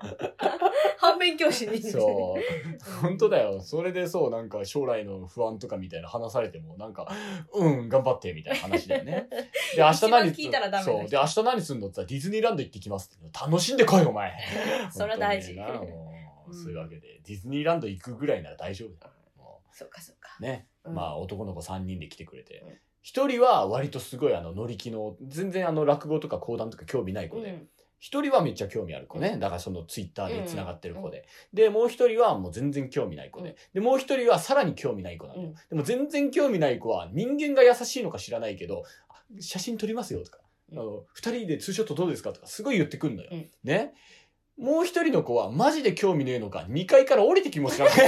反面教師にそう。 [LAUGHS] 本当だよ。それでそう、なんか将来の不安とかみたいな話されても、なんか、うん、頑張って、みたいな話だ [LAUGHS] よね。で、明日一番何聞いたらダメな人そう。で、明日何すんのって言ったらディズニーランド行ってきますって。楽しんでこい、お前。 [LAUGHS] それは大事本当にねなもううんそういうわけで、ディズニーランド行くぐらいなら大丈夫だよ。もうそうかそうか、ね、うんまあ男の子3人で来てくれてうん一人は割とすごいあの乗り気の全然あの落語とか講談とか興味ないう子でん一、人はめっちゃ興味ある子ねだからそのツイッターでつながってる子で、でもう一人はもう全然興味ない子で、うんでもう一人はさらに興味ない子なんだよ、うんでも全然興味ない子は人間が優しいのか知らないけどあ「写真撮りますよ」とか「あうんの二人でツーショットどうですか?」とかすごい言ってくんのよ、うんねもう一人の子はマジで興味ねえのか2階から降りてきも [LAUGHS] しなくて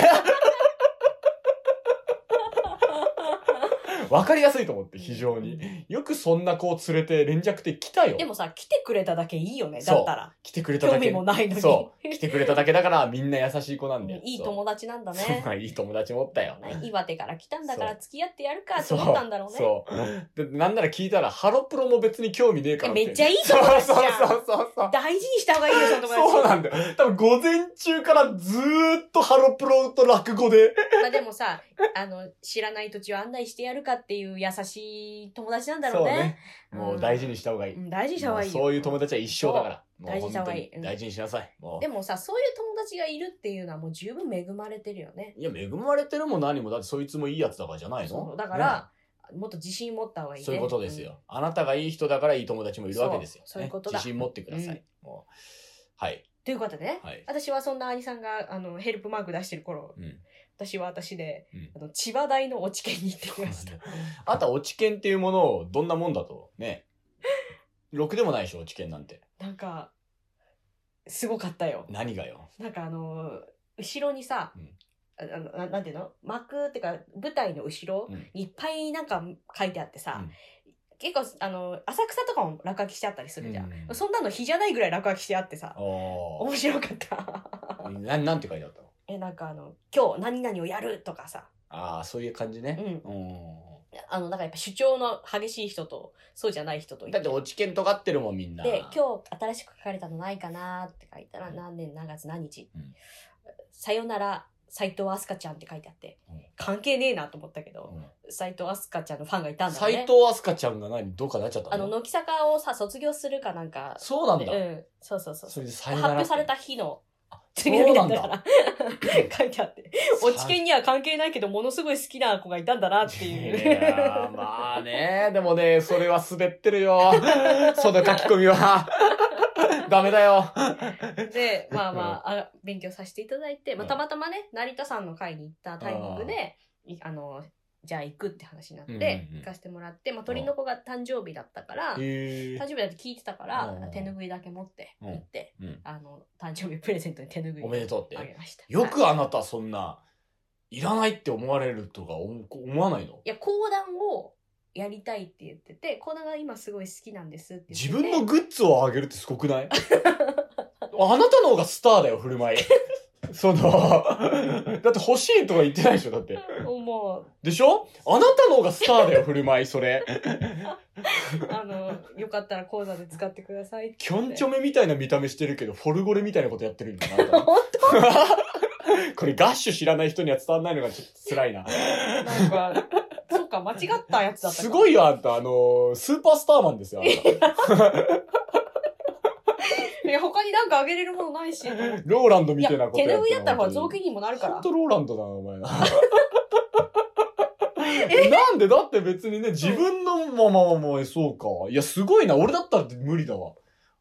わかりやすいと思って非常によくそんな子を連れて連着で来たよでもさ来てくれただけいいよねそうだったら来てくれた興だ味けもないのにそう来てくれただけだからみんな優しい子なんだようんいいそ [LAUGHS] う友達なんだねそういい友達持ったよ岩手から来たんだかそらう付き合ってやるかって思ったんだろうねそうそうでなんなら聞いたらハロプロも別に興味ねえからてめっちゃいい友達じゃんそうそうそうそう大事にした方がいいよその友達そうなんだよ。多分午前中からずーっとハロプロと落語で。まあでもさあの知らない土地を案内してやるかっていう優しい友達なんだろそううねね。もう大事にした方がいい。うん大事にした方がいいよそういう友達は一生だから。もう大事にした方がいい本当に大事にしなさい。もうで。もさそういう友達がいるっていうのはもう十分恵まれてるよねいや、恵まれてるも何も、だってそいつもいいやつだからじゃないそのうだから、もっと自信持った方がいい、ねね、そういうことですよ、あなたがいい人だからいい友達もいるわけですよ。そうそういうねことだ自信持ってください。もうはい。ということでね、はい私はそんな兄さんがあのヘルプマーク出してる頃、うん私は私で、うんあの千葉大の落ち研に行ってきましたあとは落ち券っていうものをどんなもんだと。ね。 [LAUGHS] ろくでもないでしょ、落ち券なんて。なんかすごかったよ何がよ。なんかあの後ろにさ、うんあのななんていうの幕っていうか舞台の後ろうんにいっぱいなんか書いてあってさ、うん結構あの浅草とかも落書きしてあったりするじゃん、うんそんなの日じゃないぐらい落書きしてあってさお面白かった [LAUGHS] ー。ななんて書いてあったのえなんかあの今日何々をやるとかさああ、そういう感じうね。んうあのなんかやっぱ主張の激しい人とそうじゃない人といん。てだって落ち券尖ってるもん、みんな。で今日新しく書かれたのないかなって書いたら何年何月何日、うんさよなら斎藤飛鳥ちゃんって書いてあって、うん関係ねえなと思ったけどうん斎藤飛鳥ちゃんのファンがいたんだ斎ね藤飛鳥ちゃんが何どうかなっちゃったあの乃木坂をさ卒業するかなんかそうなんだ。うんそうそうそうそそうれでさ発よならっ表てされた日のあ積み上げてんだそうかなん [LAUGHS] ら。書いてあって。落ち研には関係ないけど、ものすごい好きな子がいたんだなってい。いうやーまあね、でもね、それは滑ってるよ。 [LAUGHS] その書き込みは。ダメだよ。で、まあまあ、あ勉強させていただいて、まうあ、んたまたまね、成田さんの会に行ったタイミングで、いあの、じゃあ行くって話になっうんうんてうん、行かせてもらって、まあ、鳥の子が誕生日だったから、誕へ生日だって聞いてたかうんら、手拭いだけ持って行って、うんうんあの、誕生日プレゼントに手拭いおめでとうってあげました。よはいくあなたそんな、いらないって思われるとか思思わないのいや、講談をやりたいって言ってて、講談が今すごい好きなんですって言ってて自分のグッズをあげるってすごくないあなたの方がスターだよ、振る舞い。その、だって欲しいとか言ってないでしょ、だって。もでしょあなたの方がスターだよ、振る舞い、それ。う、あの、よかったら講座で使ってくださいってキ言っョて。ンチョメみたいな見た目してるけど、フォルゴレみたいなことやってるんだなあなた。本 [LAUGHS] これガッシュ知らない人には伝わんないのがちょっと辛 [LAUGHS] いな。当なんか、そうか、間違ったやつだったすごいいよ、あんた。あのー、スーパースターマンですよ、あんた。いや、他になんかあげれるものないし。いローランドみやたいな、こと手やっ拭いてだったらほら、雑本当巾にもなるにからほん。とローランドだな、[LAUGHS] お前な。なんでだって別にね、自分の、まあまあまあまあ、そうか。いや、すごいな。俺だったら無理だわ。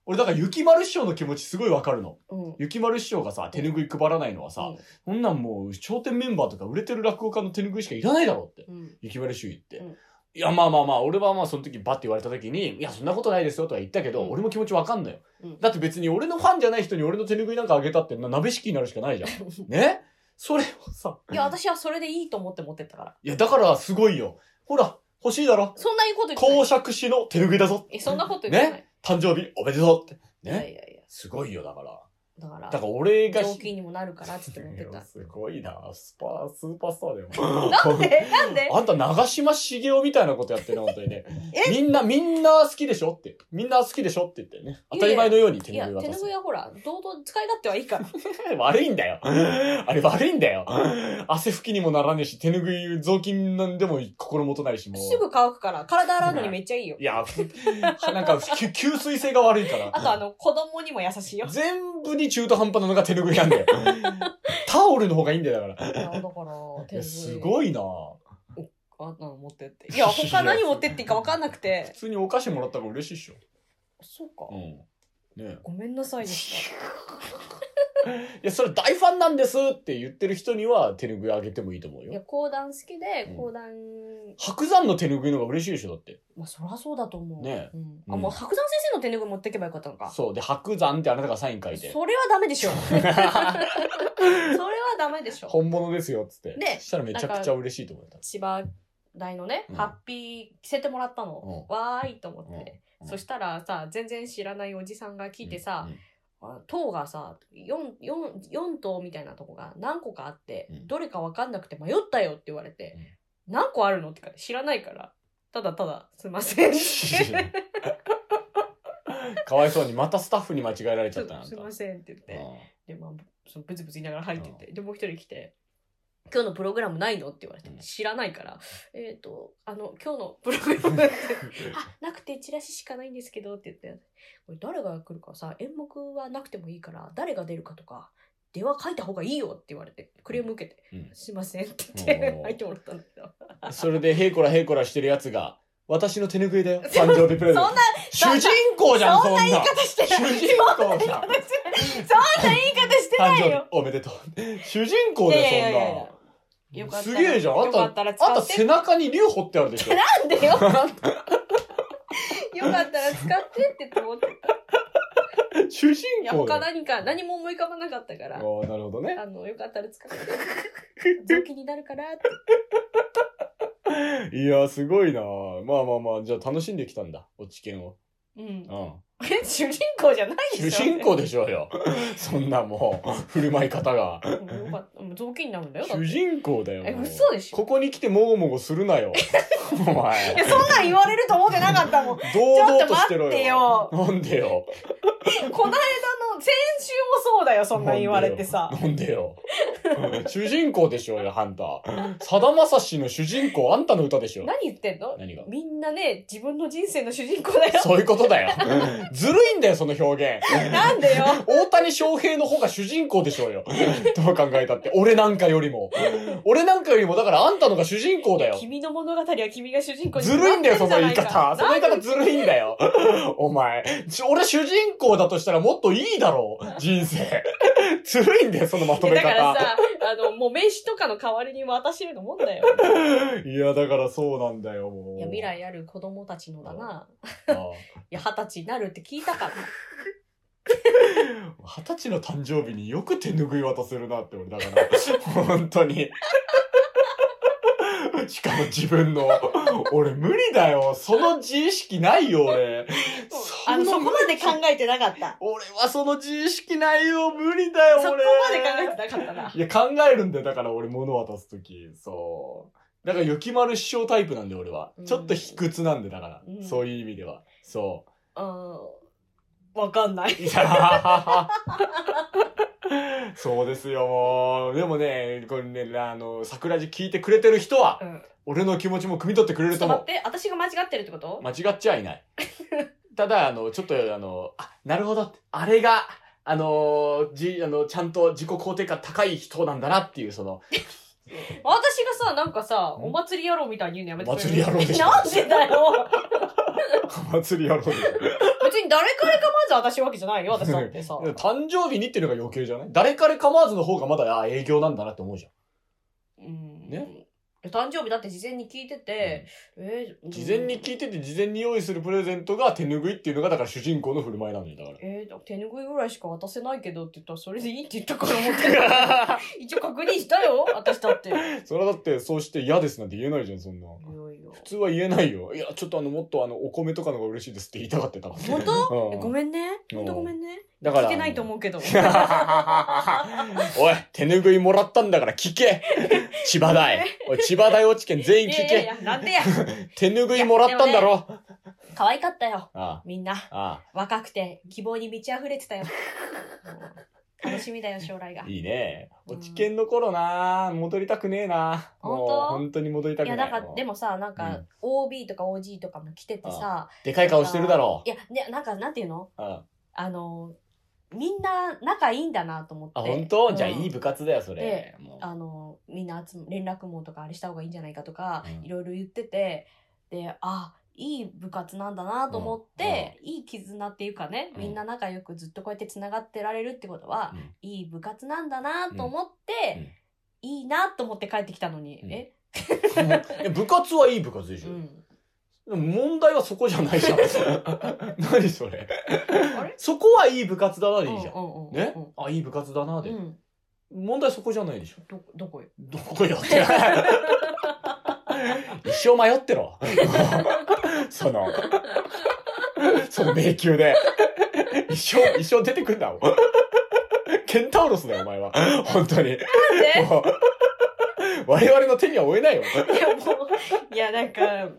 俺、だから、雪丸師匠の気持ちすごいわかるの。うん。雪丸師匠がさ、手ぬぐい配らないのはさ、そんなんもう、頂点メンバーとか売れてる落語家の手ぬぐいしかいらないだろうって。うん。雪丸主義って、うんいやまあまあまあ俺はまあその時バッて言われた時に「いやそんなことないですよ」とは言ったけど、うん俺も気持ちわかんないよ、うんだって別に俺のファンじゃない人に俺の手拭いなんかあげたってな鍋敷きになるしかないじゃん [LAUGHS] ねそれをさいや、私はそれでいいと思って持ってったから。いやだからすごいよほら欲しいだろそんないいこと言ってな公い。爵士の手拭いだぞえ、そんなこと言ってない。誕生日おめでとうっていやねいやいや。すごいよだからだから、だから俺が雑巾にもなるからって言って持っていやっすごいなスパスーパースターだよた。なんでなんであんた長島茂雄みたいなことやってるな、本当に [LAUGHS] ね。みんな、みんな好きでしょって。みんな好きでしょって言ってね。当たり前のように手いや、拭い手渡拭すい。はほら、堂々使い勝手はいいから。悪いんだよ。あれ悪いんだよ。汗拭きにもならねえし、手拭い雑巾なんでも心もとないし、もう。すぐ乾くから、体洗うのにめっちゃいいよい。や、ふ [LAUGHS] なんか、きゅ吸水性が悪いから。あとあの、子供にも優しい [LAUGHS] よ。全部に中途半端なのが手拭いなんだ [LAUGHS] よ。タオルの方がいいんだよ、だから。いやだから、い手や拭すい。ごいなあんなの持ってって。いや、他何持ってっていいか分かんなく普て。通にお菓子もらった方が嬉しいっしょ。そうか。うん。ねえ。ごめんなさいでしいや、それ大ファンなんですって言ってる人には手拭いあげてもいいと思うた。いや、よ。講談好きでうん、講談、白山の手拭いの方が嬉しいでしょ、だって。まあ、そりゃそうだと思う。ねうんうあ、んもう白山先生の手拭い持ってけばよかったのか。そう。で、白山ってあなたがサイン書いて。それはダメで [LAUGHS] しょ。 [LAUGHS] それはダメでしょ。本物ですよ、つって。でしたらめちゃくちゃ嬉しいと思った。千葉大のねうん、ハッピー着せてもらったの。わーいと思って。うんそしたらさ、全然知らないおじさんが聞いてさうん、うんあ塔がさ 4, 四四塔みたいなとこが何個かあって、うんどれか分かんなくて迷ったよって言われて、何個あるのって言うから知らないからただただすいません [LAUGHS] すかわいそうに、またスタッフに間違えられちゃったな。あんすいたませんって言って、うでまあそのブツブツ言いながら入ってって、でもう一人来て「今日のプログラムないの?」って言われてうん知らないから「えっ、とあの今日のプログラムって」あなくてチラシしかないんですけど」って言って「これ誰が来るかさ演目はなくてもいいから誰が出るかとか電話書いた方がいいよ」って言われてクレーム受けて「うんすいません」って言っておー入ってもらったんだけどんそれで、へいこらへいこらしてるやつが、私の手拭いだよ。誕生日プレゼント。 [LAUGHS] そんな主人公じゃん、そそんんな。な言い方してない主人公じゃん。そんな言い方して誕な生い日よ [LAUGHS] おめでとう。主人公だよ、いやいやいやいそんなや。よかったすらげえじゃん。あんよかったた、あらん使ってた背中に竜掘ってあるでしょ。なんでよ [LAUGHS] よかったら使ってってと思って主人いや、公だ他よ。何か、何も思い浮かばなかったから、ああ、なるほどね。あの、よかったら使って。 [LAUGHS] 雑巾になるからって。いや、すごいなまあまあまあ、じゃあ楽しんできたんだ、落ち券を。うんう。ん。え、 [LAUGHS] 主人公じゃない主でしょ人公でしょ [LAUGHS] うよ。そんなもう、振る舞い方が。うんよかった。もう雑巾になるんだよ。だって主人公だよ。え嘘でしょここに来てもごもごするなよ。おい前や、。そんなん言われる [LAUGHS] と思ってなかったもん。ち [LAUGHS] 堂ょっ々ととし待てっろてよ。よ。なんでよ。この間の先週もそうだよ、そんな言われてさ。なんでよ。うん主人公でしょうよ、ハンター。さだまさしの主人公、あんたの歌でしょ。何言ってんの何がみんなね、自分の人生の主人公だよ。そういうことだよ。ずるいんだよ、その表現。なんで [LAUGHS] よ。大谷翔平の方が主人公でしょうよ。どう考えたって。俺なんかよりも。俺なんかよりも、だからあんたのが主人公だよ。君の物語は君が主人公にずるいんだよ、その言いな方。んその言い方ずるいんだよ。お前。ち俺主人公だとしたらもっといいだろう。人生。ずるいんだよ、そのまとめだから方。さ、あの、もう名刺とかの代わりに渡してるのもんだよ。いや、だからそうなんだよ、もう。いや、未来ある子供たちのだな。ああ。いや、二十歳になるって聞いたから。二十歳の誕生日によく手拭い渡せるなって俺だか [LAUGHS] ら本当にしかも自分の俺無理だよその自意識ないよ俺あの、そ [LAUGHS] そこんまなで考えてなかった。俺はその自意識ないよ無理だよそ俺こまで考えてなかったな。いや考えるんだよだから俺物渡す時そうだから雪丸師匠タイプなんで俺は、うんちょっと卑屈なんでだから、うんそういう意味ではそううん。わかんない。いやー [LAUGHS] そうですよ、もう。でもね、これね、あの、桜地聞いてくれてる人は、うん。俺の気持ちも汲み取ってくれちょるっとと待っ思て、私が間違ってるってことう。間違っちゃいない。ただ、あの、ちょっと、あの、あ、なるほどって、あれが、あの、じ、あの、ちゃんと自己肯定感高い人なんだなっていう、その、 [LAUGHS] 私がさ、なんかさ、んお祭り野郎みたいに言うのやめてくれる祭り野郎でしょなんでだよ。祭り野郎で。 [LAUGHS] 別に誰からかまず私わけじゃ [LAUGHS] ないよ、私だってさ。誕生日にっていうのが余計じゃない誰彼構わずの方がまだ、あ、営業なんだなって思うじゃん。うんね誕生日だって事前に聞いてて、えー事前に聞いてて、事前に用意するプレゼントが手拭いっていうのが、だから主人公の振る舞いなんだよ、だから。えー、手ぬぐいぐらいしか渡せないけどって言ったら、それでいいって言ったから思ってた。 [LAUGHS] 一応確認したよ、私だって。いやそれはだって、そうして嫌ですなんて言えないじゃん、そんな。いや普通は言えないよ。いや、ちょっとあの、もっとあの、お米とかの方が嬉しいですって言いたかってた。本当 [LAUGHS] えごん。めんね。うんほんとごめんね。だから。聞けないと思うけど。 [LAUGHS] おい、手拭いもらったんだから [LAUGHS] 聞け千葉大。おい、千葉大落ち県全員い聞やいやいけや、なんで [LAUGHS] や。手拭いもらったんだろ可愛かったよ、あみんな。あ、あ若くて、希望に満ち溢れてたよ。うん楽しみだよ、将来があ、。いいね。落ち県の頃な戻りたくねえなもう本当本当に戻りたくいない。や、だから、でももさ、なんうかん、 OB とか OG とかも来ててさ、う。でかい顔してるだろいや、ね、なんか、なんていうのう。うん。あの、みんな仲いいんだなと思って。あ、本当、うんじゃあいい部活だよ、それで。もうあの、みんな集ま連絡網とかあれした方がいいんじゃないかとか、うんいろいろ言ってて、で、あ、いい部活なんだなと思って、いい絆っていうかね、うんみんな仲良くずっとこうやって繋がってられるってことは、うんいい部活なんだなと思って、いいなと思って帰ってきたのに、うんえ、いや部活はいい部活でしうょ。ん、でも問題はそこじゃないじゃん。 [LAUGHS] 何それあれ。そこはいい部活だなうでんいうんいじゃん。うんうんねあ、いい部活だなうで。ん、問題そこじゃないでしょ。ど、どこよ。どこよって。 [LAUGHS] 一生迷ってろ。 [LAUGHS] その、その迷宮で。一生、一生出てくんだもん。ケンタウロスだよ、お前は。本当に。もう我々の手には負えないよ。いやも [LAUGHS] う、いやなんか、ね、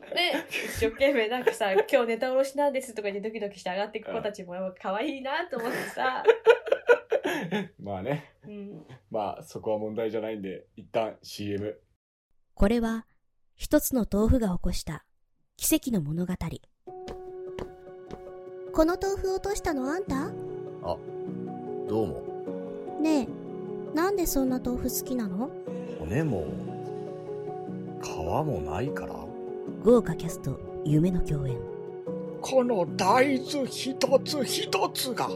一生懸命なんかさ、今日ネタおろしなんですとかにドキドキして上がっていく子たちもやっぱ可愛いなと思って [LAUGHS] さ、まあね。うん、まあそこは問題じゃないんで、一旦 CM。これは一つの豆腐が起こした奇跡の物語この豆腐落としたのあんたどうも。ねえなんでそんな豆腐好きなの骨も、皮もないから。豪華キャスト夢の共演この大豆一つ一つが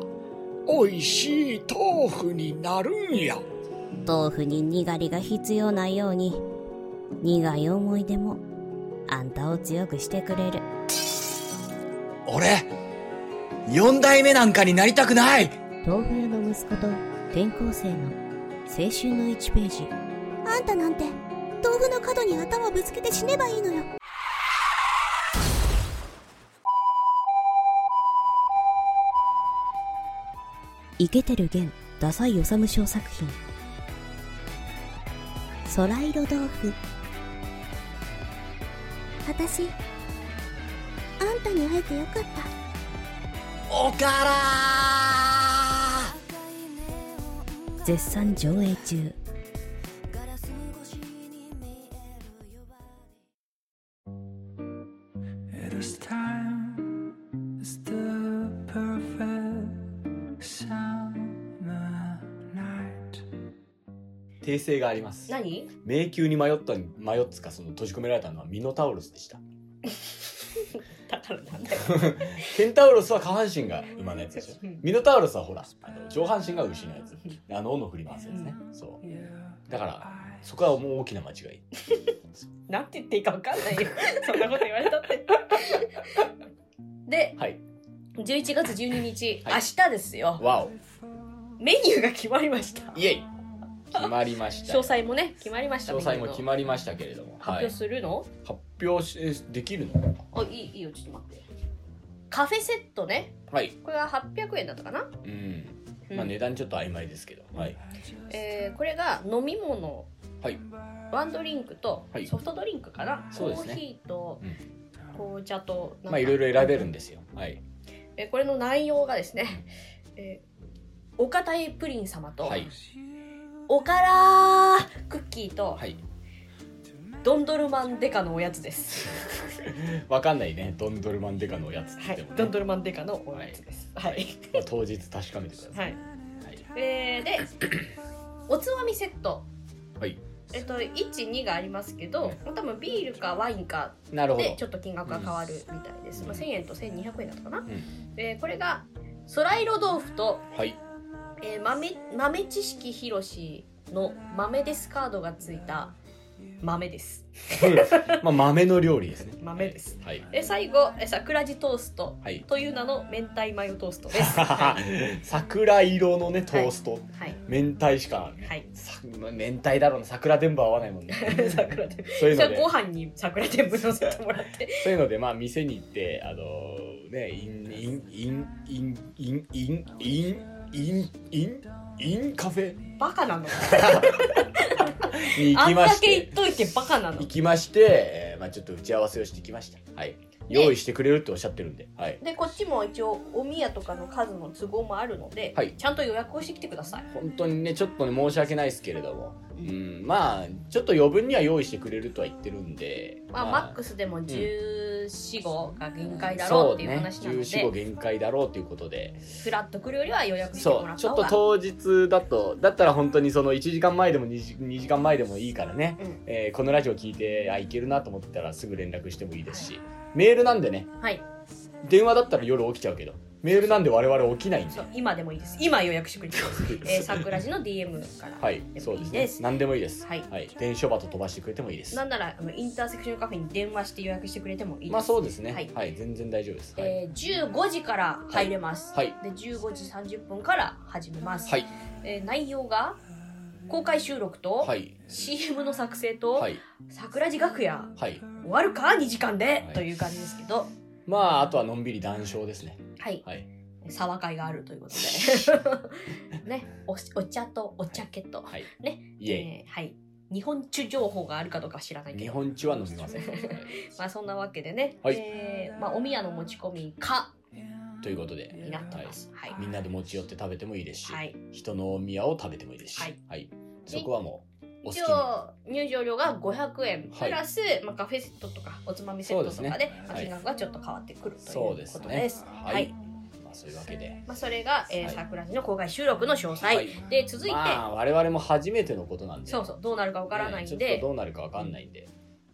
美味しい豆腐になるんや豆腐ににがりが必要ないように苦い思い出もあんたを強くしてくれる俺四代目なんかになりたくない豆腐屋の息子と転校生の青春の1ページあんたなんて豆腐の角に頭ぶつけて死ねばいいのよイケてる弦ダサいおさむ賞作品空色豆腐私あんたに会えてよかったおから絶賛上映中訂正があります何迷宮に迷った迷っつかその閉じ込められたのはミノタウロスでしただからなんだよ。ケンタウロスは下半身が馬のやつでしょ [LAUGHS] ミノタウロスはほらあの上半身が牛のやつあの斧振り回すやつねそうだからそこはもう大きな間違いなんて言っていいかわかんないよ。 [LAUGHS] そんなこと言われた [LAUGHS] って。で、はい11月12日、はい明日ですよ。わおメニューが決まりました。イエイ決まりました詳細もね、決まりました。詳細も決ままりましたけれども、発は表い、するの、発表しえできるのあ、いい、いいよ、ちょっと待って。カフェセットね。はいこれは800円だったかな、うんうんまあ値段ちょっと曖昧ですけど、はいえーこれが飲み物、はいワンドリンクとはいソフトドリンクかな、そうですねコーヒーとうん紅茶となんかまあいろいろ選べるんですよはいえーこれの内容がですね、えーお堅いプリン様と、はいおからークッキーと、はいドンドルマンデカのおやつです。わかんないねドンドルマンデカのおやつっては言っていも、ねドンドルマンデカのおやつです。はい。まあ、当日確かめてくださはいい。はい、えーで、おつまみセット。はいえっと、1、2がありますけど、多分ビールかワインかなるほでどちょっと金額が変わるみたいです。まあ、1000円と1200円だったかな。んえーこれが、空色豆腐と、はいえー豆豆知識ひろしの豆ですカードがついた豆です。まあ豆の料理ですね豆です。はいえ最後、え桜地トーストはいという名の明太マヨトーストです。 [LAUGHS] 桜色のねトースト、はい。明太しか、はいさまあ明太だろうな桜全部合わないもんね [LAUGHS] 桜で。そういうじゃのあでご飯に桜でぶ乗せてもらって。そういうのでまあ店に行ってあのねインインインインインインインインインインカフェバカなの。に行あきんまだしけ言ってといてバカなの行。きまして、えーまあ、ちょっと打ち合わせをしてきましたはい用意してくれるっておっしゃってるんではいでこっちも一応お宮とかの数の都合もあるので、はいちゃんと予約をしてきてください。本当にねちょっとね申し訳ないですけれどもうんまあちょっと余分には用意してくれるとは言ってるんでまあ、マックスでも14、号が限界だろうっていう話なのそうね14で、限界だろうということでフラッと来るよりは予約してそもらうっちたょ方っとが。当日だとだったら本当にその1時間前でも 2, 時2時間前でもいいからね、うんえーこのラジオ聞いてあいけるなと思ったらすぐ連絡してもいいですしメールなんでねはい。電話だったら夜起きちゃうけどメールなんで我々起きないんでそう今でもいいです。今予約してくれてます。えー、桜地の DM から。はいでもそうですいいねです何でもいいですはい電書バと飛ばしてくれてもいいですなんならあのインターセクションカフェに電話して予約してくれてもいいです。まあそうですねはいはい、全然大丈夫ですはい、えー、15時から入れます、はいで15時30分から始めます、はいえー内容が公開収録と、はい CM の作成と、はい桜地楽屋はい終わるか2時間で、いという感じですけどまああとはのんびり談笑ですねはいはい騒会があるということ [LAUGHS] でねおお茶とお茶けと、はいねイエえーはい日本酒情報があるかどうかは知らないイけ日ど本中は飲み [LAUGHS] ません、はいまあそんなわけでね、はいえーまあ、お宮の持ち込みかということでになってますはい、みんなで持ち寄って食べてもいいですし、はい人のお宮を食べてもいいですし、はいそこはもうお好き一に応入場料が500円はプいラス、まあ、カフェセットとかおつまみセットとそかうでですねまあはい金額がちょっと変わってくるとそういでうすことねです。はい、はいまあ、そういうわけでまあ、それが、えはー、い桜地の公開収録の詳細、はいで続いて、まあ我々も初めてのことなんでそうそうどうなるかわからないねんちょっで、とどうなるかわかんないんで、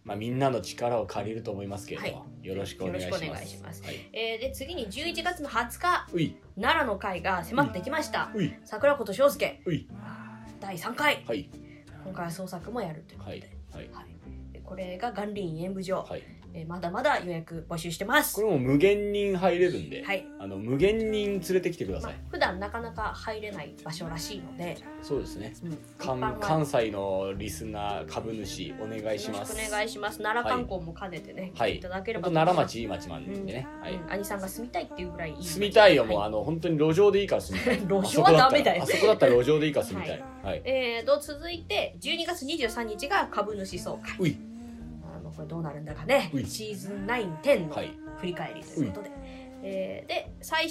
まあ、みんなの力を借りると思いますけれども、よろしくお願いしますよろしくお願いしますはい、えーで次に11月の20日うい奈良の会が迫ってきました、うい桜子と翔介うい第3回はい今回は創作もやるということはで,、いはいでこれが元林演舞場、はいえーまだまだ予約募集してますこれも無限人入れるんで、はいあの無限人連れてきてくだまさあい、、普段なかなか入れない場所らしいので、そうですねうん、関は関西のリスナー株主お願いしよろましすくお願いします奈良観光も兼ねてね、はい来ていただければ本当奈良町いい町なんでね、うんはい、うん兄さんが住みたいっていうぐらいいい住みたいよ、はもうあの本当に路上でいいから住みたい路上はダメだよあそこだったらあそこだったら路上でいいから住みたい、はいえー、と続いて12月23日が株主総会ういあのこれどうなるんだかねういシーズン910のはい振り返りということで、えーで最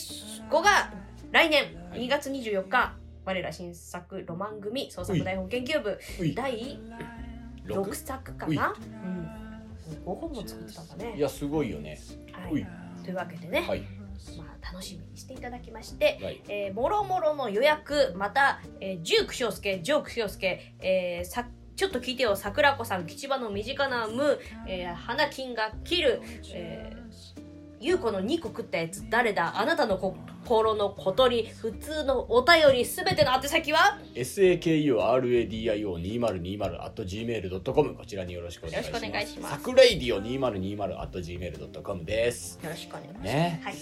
後が来年はい2月24日、我ら新作ロマン組創作台本研究部うい第六6作かな、うん、5本も作ってたんだね、いやすごいよねはういい、というわけでね、はいまあ、楽しみにしていただきまして、はいえーもろもろの予約また、えー、ジュークショウスケジョークショウスケ、えーさちょっと聞いてよ桜子さん吉場の身近な無、えー、花金が切る、えーゆうこの2個食ったやつ誰だあなたの心の小鳥普通のお便りすべての宛先は sakuradio2020.gmail.com こちらによろしくお願いしまよろしくお願いすしますサクレイディオ 2020.gmail.com ですよろしくお願いします、ねはい、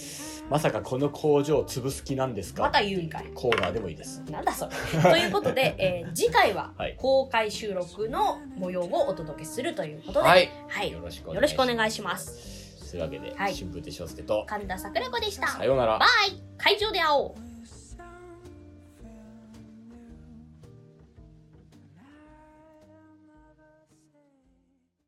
まさかこの工場を潰す気なんですかまた言うんかいコーナーでもいいですなんだそれ [LAUGHS] ということで、えー次回ははい公開収録の模様をお届けするということで、はいはいよろしくおよ願ろいししくおます願いします。というわけで、はい春風亭昇介と神田桜子でした。さようならバイ会場で会おう